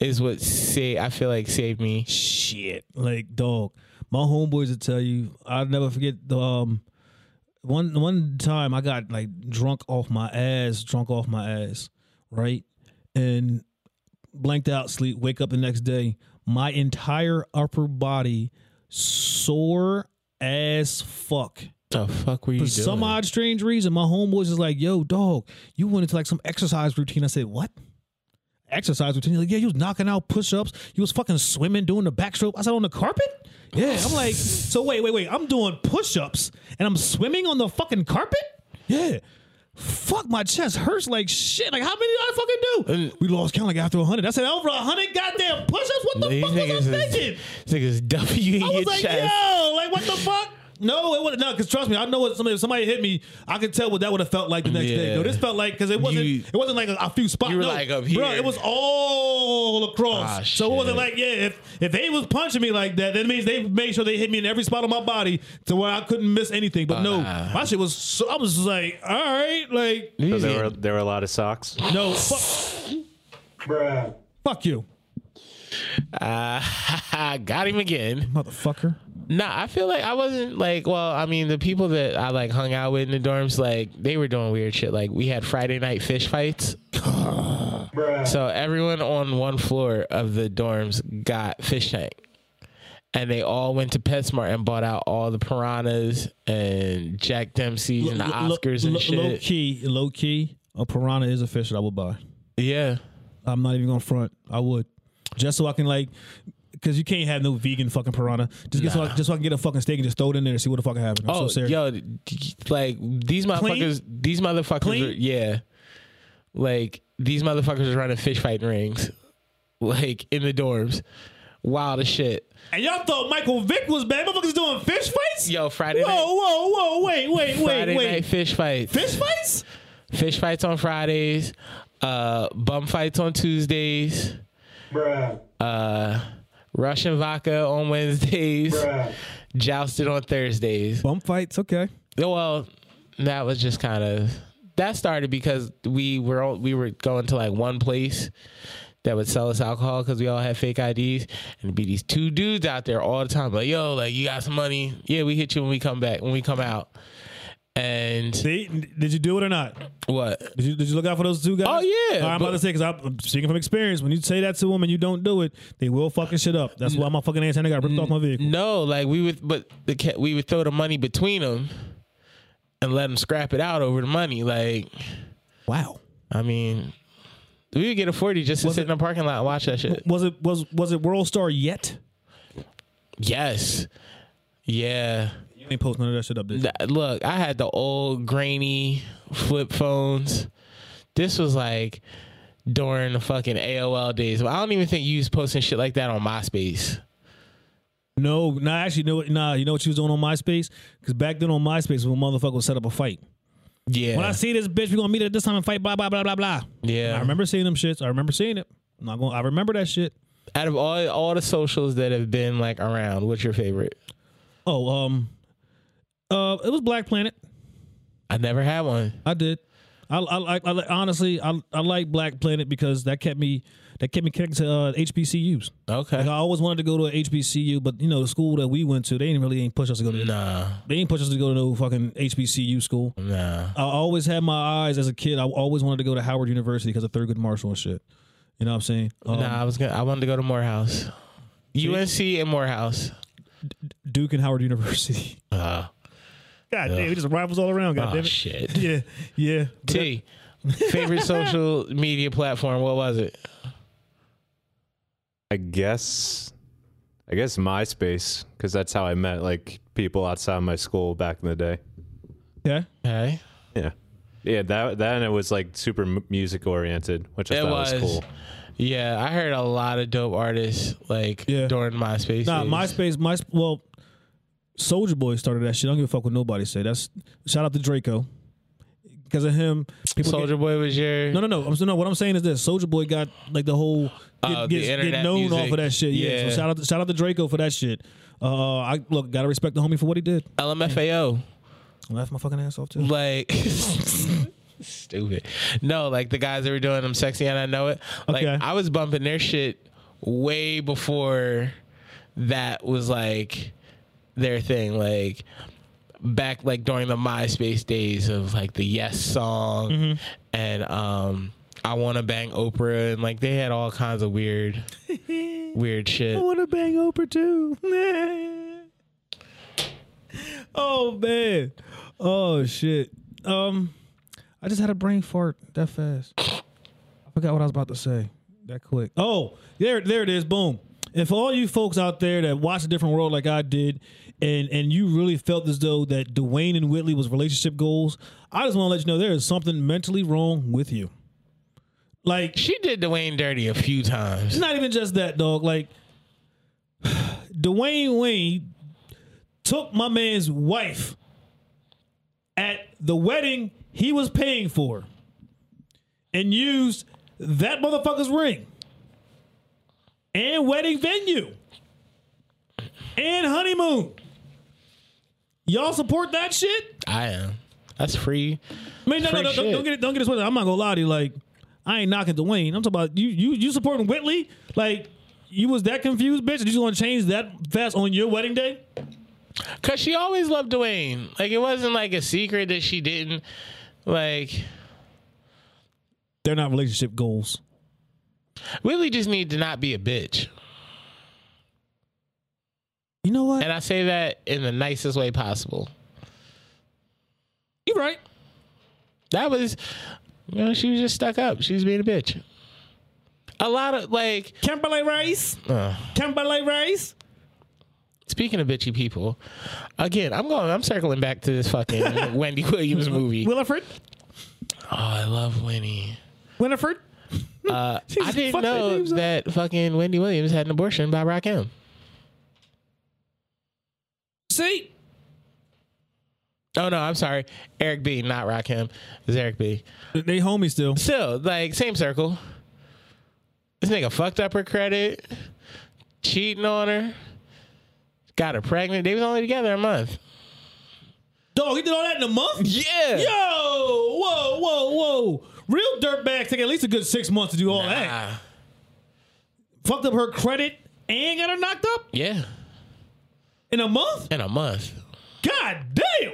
is what say I feel like saved me. shit. Like dog, my homeboys will tell you. I'll never forget the um one one time I got like drunk off my ass, drunk off my ass, right, and blanked out, sleep, wake up the next day, my entire upper body sore as fuck. The fuck were you For doing? some odd strange reason, my homeboys is like, "Yo, dog, you went into like some exercise routine." I said, "What?" Exercise routine? Like, yeah, you was knocking out push-ups. You was fucking swimming, doing the backstroke. I said, "On the carpet?" Yeah. I'm like, so wait, wait, wait. I'm doing push-ups and I'm swimming on the fucking carpet? Yeah. Fuck, my chest hurts like shit. Like, how many did I fucking do? Mm. We lost count like after 100. I said, over 100 goddamn push-ups? What the These fuck was I niggas thinking? is, these niggas W in I your was like, chest. yo, like what the fuck? No, it wasn't. No, because trust me, I know what somebody. If somebody hit me, I could tell what that would have felt like the next day. Yeah. No, this felt like because it wasn't. You- it wasn't like a, a few spots. You were no. like up bro. here. It was all across. Ah, so it wasn't shit. like yeah. If if they was punching me like that, that means they made sure they hit me in every spot of my body to where I couldn't miss anything. But no, Oh, nah. my shit was. So, I was just like, all right, like These So there were niggas- there were a lot of socks. no, fuck, Bruh. fuck you, Ah, got him again. motherfucker. Nah, I feel like I wasn't like. Well, I mean, the people that I like hung out with in the dorms, like they were doing weird shit. Like we had Friday night fish fights. Bruh. So everyone on one floor of the dorms got fish tank. And they all went to PetSmart and bought out all the piranhas and Jack Dempsey's and the Lo- Oscars lo- and shit. Low key, low key, a piranha is a fish that I would buy. Yeah. I'm not even gonna front. I would just so I can like, because you can't have no vegan fucking piranha. Just get so I, just so I can get a fucking steak and just throw it in there and see what the fuck happened. I'm Oh, so serious. yo, d- d- like these motherfuckers, these motherfuckers, Clean? Are, yeah, like these motherfuckers are running fish fighting rings, like in the dorms, wild as shit. And y'all thought Michael Vick was bad? Motherfuckers doing fish fights? Yo, Friday Whoa, night, whoa, whoa! Wait, wait, wait, Friday wait! night fish fights, Fish fights? fish fights on Fridays, uh, bum fights on Tuesdays, Bruh. uh, Russian vodka on Wednesdays, Bruh. jousted on Thursdays. Bump fights? Okay. Well, that was just kind of that started because we were all, we were going to like one place, that would sell us alcohol because we all had fake IDs, and it'd be these two dudes out there all the time, like, yo, like you got some money? Yeah, we hit you when we come back, when we come out. And They, did you do it or not? what? Did you, did you look out for those two guys? Oh, yeah, I'm about but- to say because I'm speaking from experience. When you say that to them and you don't do it, they will fucking shit up. That's why my fucking antenna got ripped off my vehicle. No, like we would, but the ca- we would throw the money between them and let them scrap it out over the money. Like, Mm-hmm. Wow. I mean, we would get a forty just to sit in the parking lot and watch that shit. Was it was was it World Star yet? Yes, yeah. You ain't post none of that shit up, did you? Th- Look, I had the old grainy flip phones. This was like during the fucking AOL days. I don't even think you was posting shit like that on MySpace. No, nah, actually, no, nah. You know what you was doing on MySpace? Because back then on MySpace, when motherfucker would set up a fight. Yeah, When I see this bitch, we gonna meet at this time and fight. Blah blah blah blah blah. yeah. I remember seeing them shits. I remember seeing it. I'm not going. to I remember that shit. Out of all all the socials that have been like around, what's your favorite? Oh, um, uh, it was Black Planet. I never had one. I did. I, I like. I, li- honestly, I I like Black Planet because that kept me that kept me connected to uh, HBCUs. Okay. Like uh, I always wanted to go to a HBCU, but you know the school that we went to, they didn't really ain't push us to go to. Nah, They ain't push us to go to no fucking HBCU school. nah. I always had my eyes as a kid. I always wanted to go to Howard University because of Thurgood Marshall and shit. You know what I'm saying? Um, nah, I was gonna I wanted to go to Morehouse. UNC and Morehouse. Duke and Howard University. Uh, God damn, it just rivals all around. God oh damn it. shit. Yeah, yeah. T. favorite social media platform, what was it? I guess, I guess MySpace because that's how I met like people outside my school back in the day. Yeah. Okay. Yeah, yeah. That that and it was like super music oriented, which I It thought was. was cool. Yeah, I heard a lot of dope artists like Yeah. during MySpace. Nah, days. MySpace, my well, Soldier Boy started that shit. I don't give a fuck what nobody say. That's shout out to Draco. Because of him, people get- Soldier Boy was your No, no, no. I'm so- no. What I'm saying is this: Soldier Boy got like the whole get, Oh, the get- get internet known music. off of that shit. Yeah. Yeah. So shout out, to, shout out to Draco for that shit. Uh, I look, gotta respect the homie for what he did. LMFAO. I laughed my fucking ass off too. Like stupid. No, like the guys that were doing them sexy and I know it. Like Okay. I was bumping their shit way before that was like their thing. Like back like during the MySpace days of like the Yes song and um I wanna bang Oprah and like they had all kinds of weird weird shit. want to bang Oprah too. oh man. Oh shit. Um, I just had a brain fart that fast. I forgot what I was about to say that quick. Oh, there, there it is. Boom. And for all you folks out there that watch a different world like I did, and and you really felt as though that Dwayne and Whitley was relationship goals, I just want to let you know there is something mentally wrong with you. Like She did Dwayne dirty a few times. it's not even just that, dog. Like Dwayne Wayne took my man's wife at the wedding he was paying for and used that motherfucker's ring and wedding venue and honeymoon. Y'all support that shit? I am. That's free. I mean, no, no, Free no, don't, shit. don't get it. Don't get it twisted. I'm not gonna lie to you. Like, I ain't knocking Dwayne. I'm talking about you. You, you supporting Whitley? Like, you was that confused, bitch? That you gonna change that fast on your wedding day? Cause she always loved Dwayne. Like it wasn't like a secret that she didn't. Like They're not relationship goals. Willie just need to not be a bitch. You know what? And I say that in the nicest way possible. You're right. That was you know, she was just stuck up. She was being a bitch. A lot of like Kimberly Rice. uh, Kimberly Rice. speaking of bitchy people, again, I'm going I'm circling back to this fucking Wendy Williams movie. Oh, Winifred. I love Winnie. Winifred. Uh, I Jesus, didn't fuck that know name's up. that fucking Wendy Williams had an abortion by Rakim. See. Oh no, I'm sorry. Eric B, not Rakim. It's Eric B. They homies still. Still, like same circle. This nigga fucked up her credit, cheating on her, got her pregnant. They was only together a month. Dog, he did all that in a month. Yeah. Yo, whoa, whoa, whoa. Real dirtbags take at least a good six months to do all that. fucked up her credit and got her knocked up Yeah, in a month. in a month. God damn.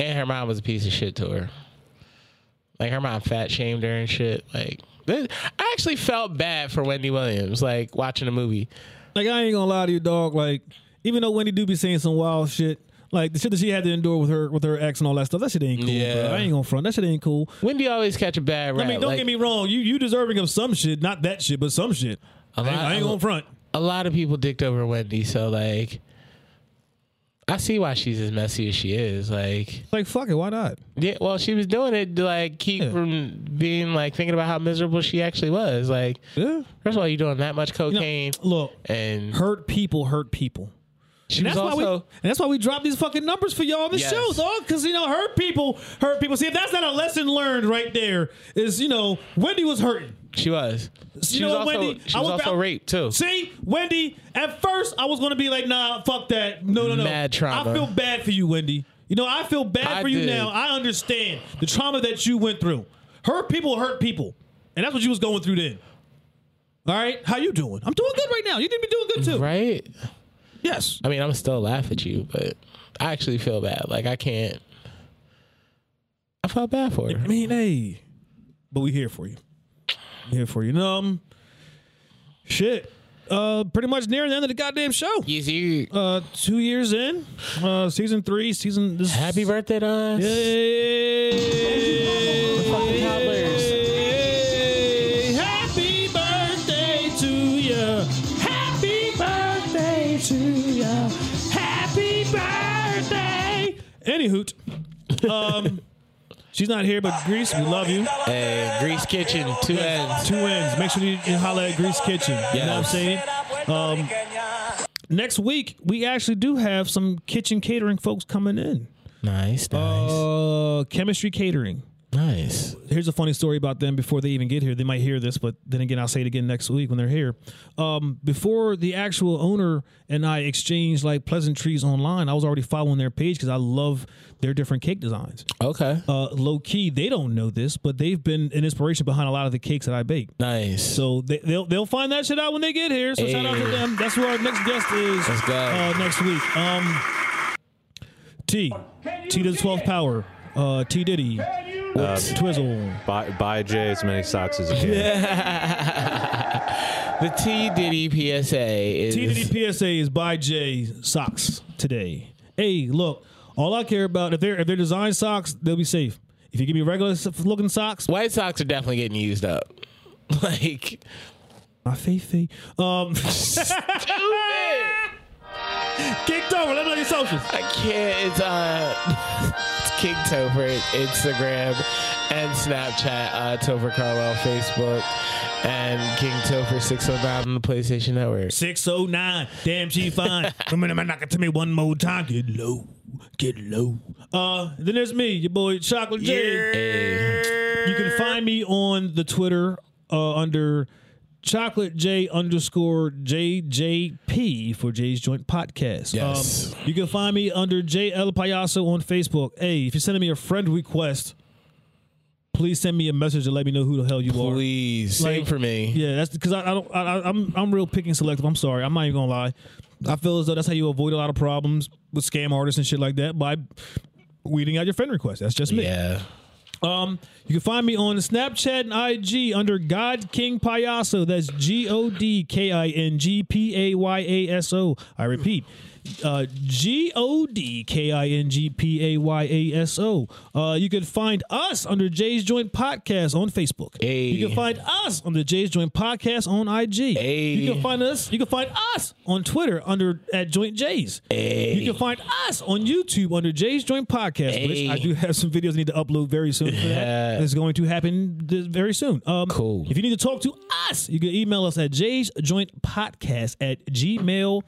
And her mom was a piece of shit to her. Like her mom fat shamed her and shit. Like th- I actually felt bad for Wendy Williams. Like watching the movie. Like I ain't gonna lie to you, dog. Like even though Wendy do be saying some wild shit, like the shit that she had to endure with her with her ex and all that stuff, that shit ain't cool. Yeah. bro. I ain't gonna front. That shit ain't cool. Wendy always catch a bad rap. I mean, don't like, get me wrong. You you deserving of some shit, not that shit, but some shit. I ain't, lot- I ain't gonna front. a lot of people dicked over Wendy. So like, I see why she's as messy as she is. Like, Like fuck it, why not? yeah, well, she was doing it to like keep Yeah. from being like thinking about how miserable she actually was. Like, Yeah. first of all, you're doing that much You know, cocaine, look, and hurt people hurt people. she And was that's why we also and that's why we drop these fucking numbers for y'all on the Yes. show, dog. Because you know, hurt people hurt people. See, if that's not a lesson learned right there, is you know, Wendy was hurting. she was. She know was what, also Wendy? she I was was also about- raped too. See, Wendy, at first I was gonna be like, nah, fuck that. No, no, no. Mad trauma. I feel bad for you, Wendy. You know, I feel bad I for you did. now. I understand the trauma that you went through. Hurt people hurt people. And that's what you was going through then. All right, how you doing? I'm doing good right now. You need to be doing good too. Right? Yes. I mean, I'm still laugh at you, but I actually feel bad. Like I can't. I felt bad for her. I mean, hey, but we here for you. We here for you. And, Um, shit. Uh, pretty much near the end of the goddamn show. Yeezy, Uh, two years in, uh, season three, season this. happy birthday to us. fucking toddlers. Hey, happy birthday to ya. Happy birthday to ya. Happy birthday. Any hoot. Um, she's not here, but Grease, we love you. Hey, Grease Kitchen, two ends. Two ends. Make sure you you holler at Grease Kitchen. You know what I'm Yes. saying? Um, next week, we actually do have some kitchen catering folks coming in. Nice, nice, Uh, chemistry catering. nice. here's a funny story about them before they even get here. They might hear this, but then again, I'll say it again next week when they're here. Um, before the actual owner and I exchanged like pleasantries online, I was already following their page because I love their different cake designs. Okay, Uh, low key, they don't know this, but they've been an inspiration behind a lot of the cakes that I bake. nice. So they, they'll they'll find that shit out when they get here. So shout out to Hey. them. That's who our next guest is. Let's go. Uh, next week. Um, T, T to the 12th power. Uh, T Diddy, Uh, Twizzle. Buy, buy Jay as many socks as you can. the T Diddy PSA is TDD PSA is by Jay socks today. Hey, look, all I care about if they're if they're design socks, they'll be safe. If you give me regular s- looking socks, White socks are definitely getting used up. Like, my Fefe. Um, I kicked over. Let me know your socials. can't. It's uh, it's King Topher Instagram and Snapchat. Uh, Topher Carwell Facebook and King Topher six hundred nine on the PlayStation Network. 609. Damn, she fine. Come in and knock it to me one more time. Get low. Get low. Uh, then there's me, your boy Chocolate J. You can find me on the Twitter uh, under Chocolate J underscore JJP for Jay's Joint Podcast. Yes. Um, you can find me under JL Payaso on Facebook. Hey, if you're sending me a friend request, please send me a message and let me know who the hell you are. Please, same Like, for me. Yeah, that's because I, I don't. I, I- I'm I'm real picking selective. I'm sorry. I'm not even gonna lie. I feel as though that's how you avoid a lot of problems with scam artists and shit like that by weeding out your friend requests. That's just me. Yeah. Um, you can find me on Snapchat and IG under God King Payaso. That's G O D K I N G P A Y A S O. I repeat, uh, G O D K I N G P A Y A S O. Uh, you can find us under Jay's Joint Podcast on Facebook. Hey. You can find us on the Jay's Joint Podcast on IG. Hey. You can find us. You can find us on Twitter under at Joint Jays. You can find us on YouTube under Jay's Joint Podcast, which Hey. I do have some videos I need to upload very soon. For that. Yeah. It's going to happen th- very soon. Um, Cool. If you need to talk to us, you can email us at Jay's Joint Podcast at gmail.com.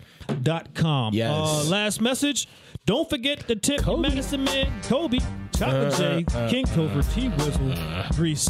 Yes. Uh, last message. Don't forget the tip, Kobe. Uh, Medicine Man, Kobe, Chocolate J, King Cobra, T Whistle, Grease,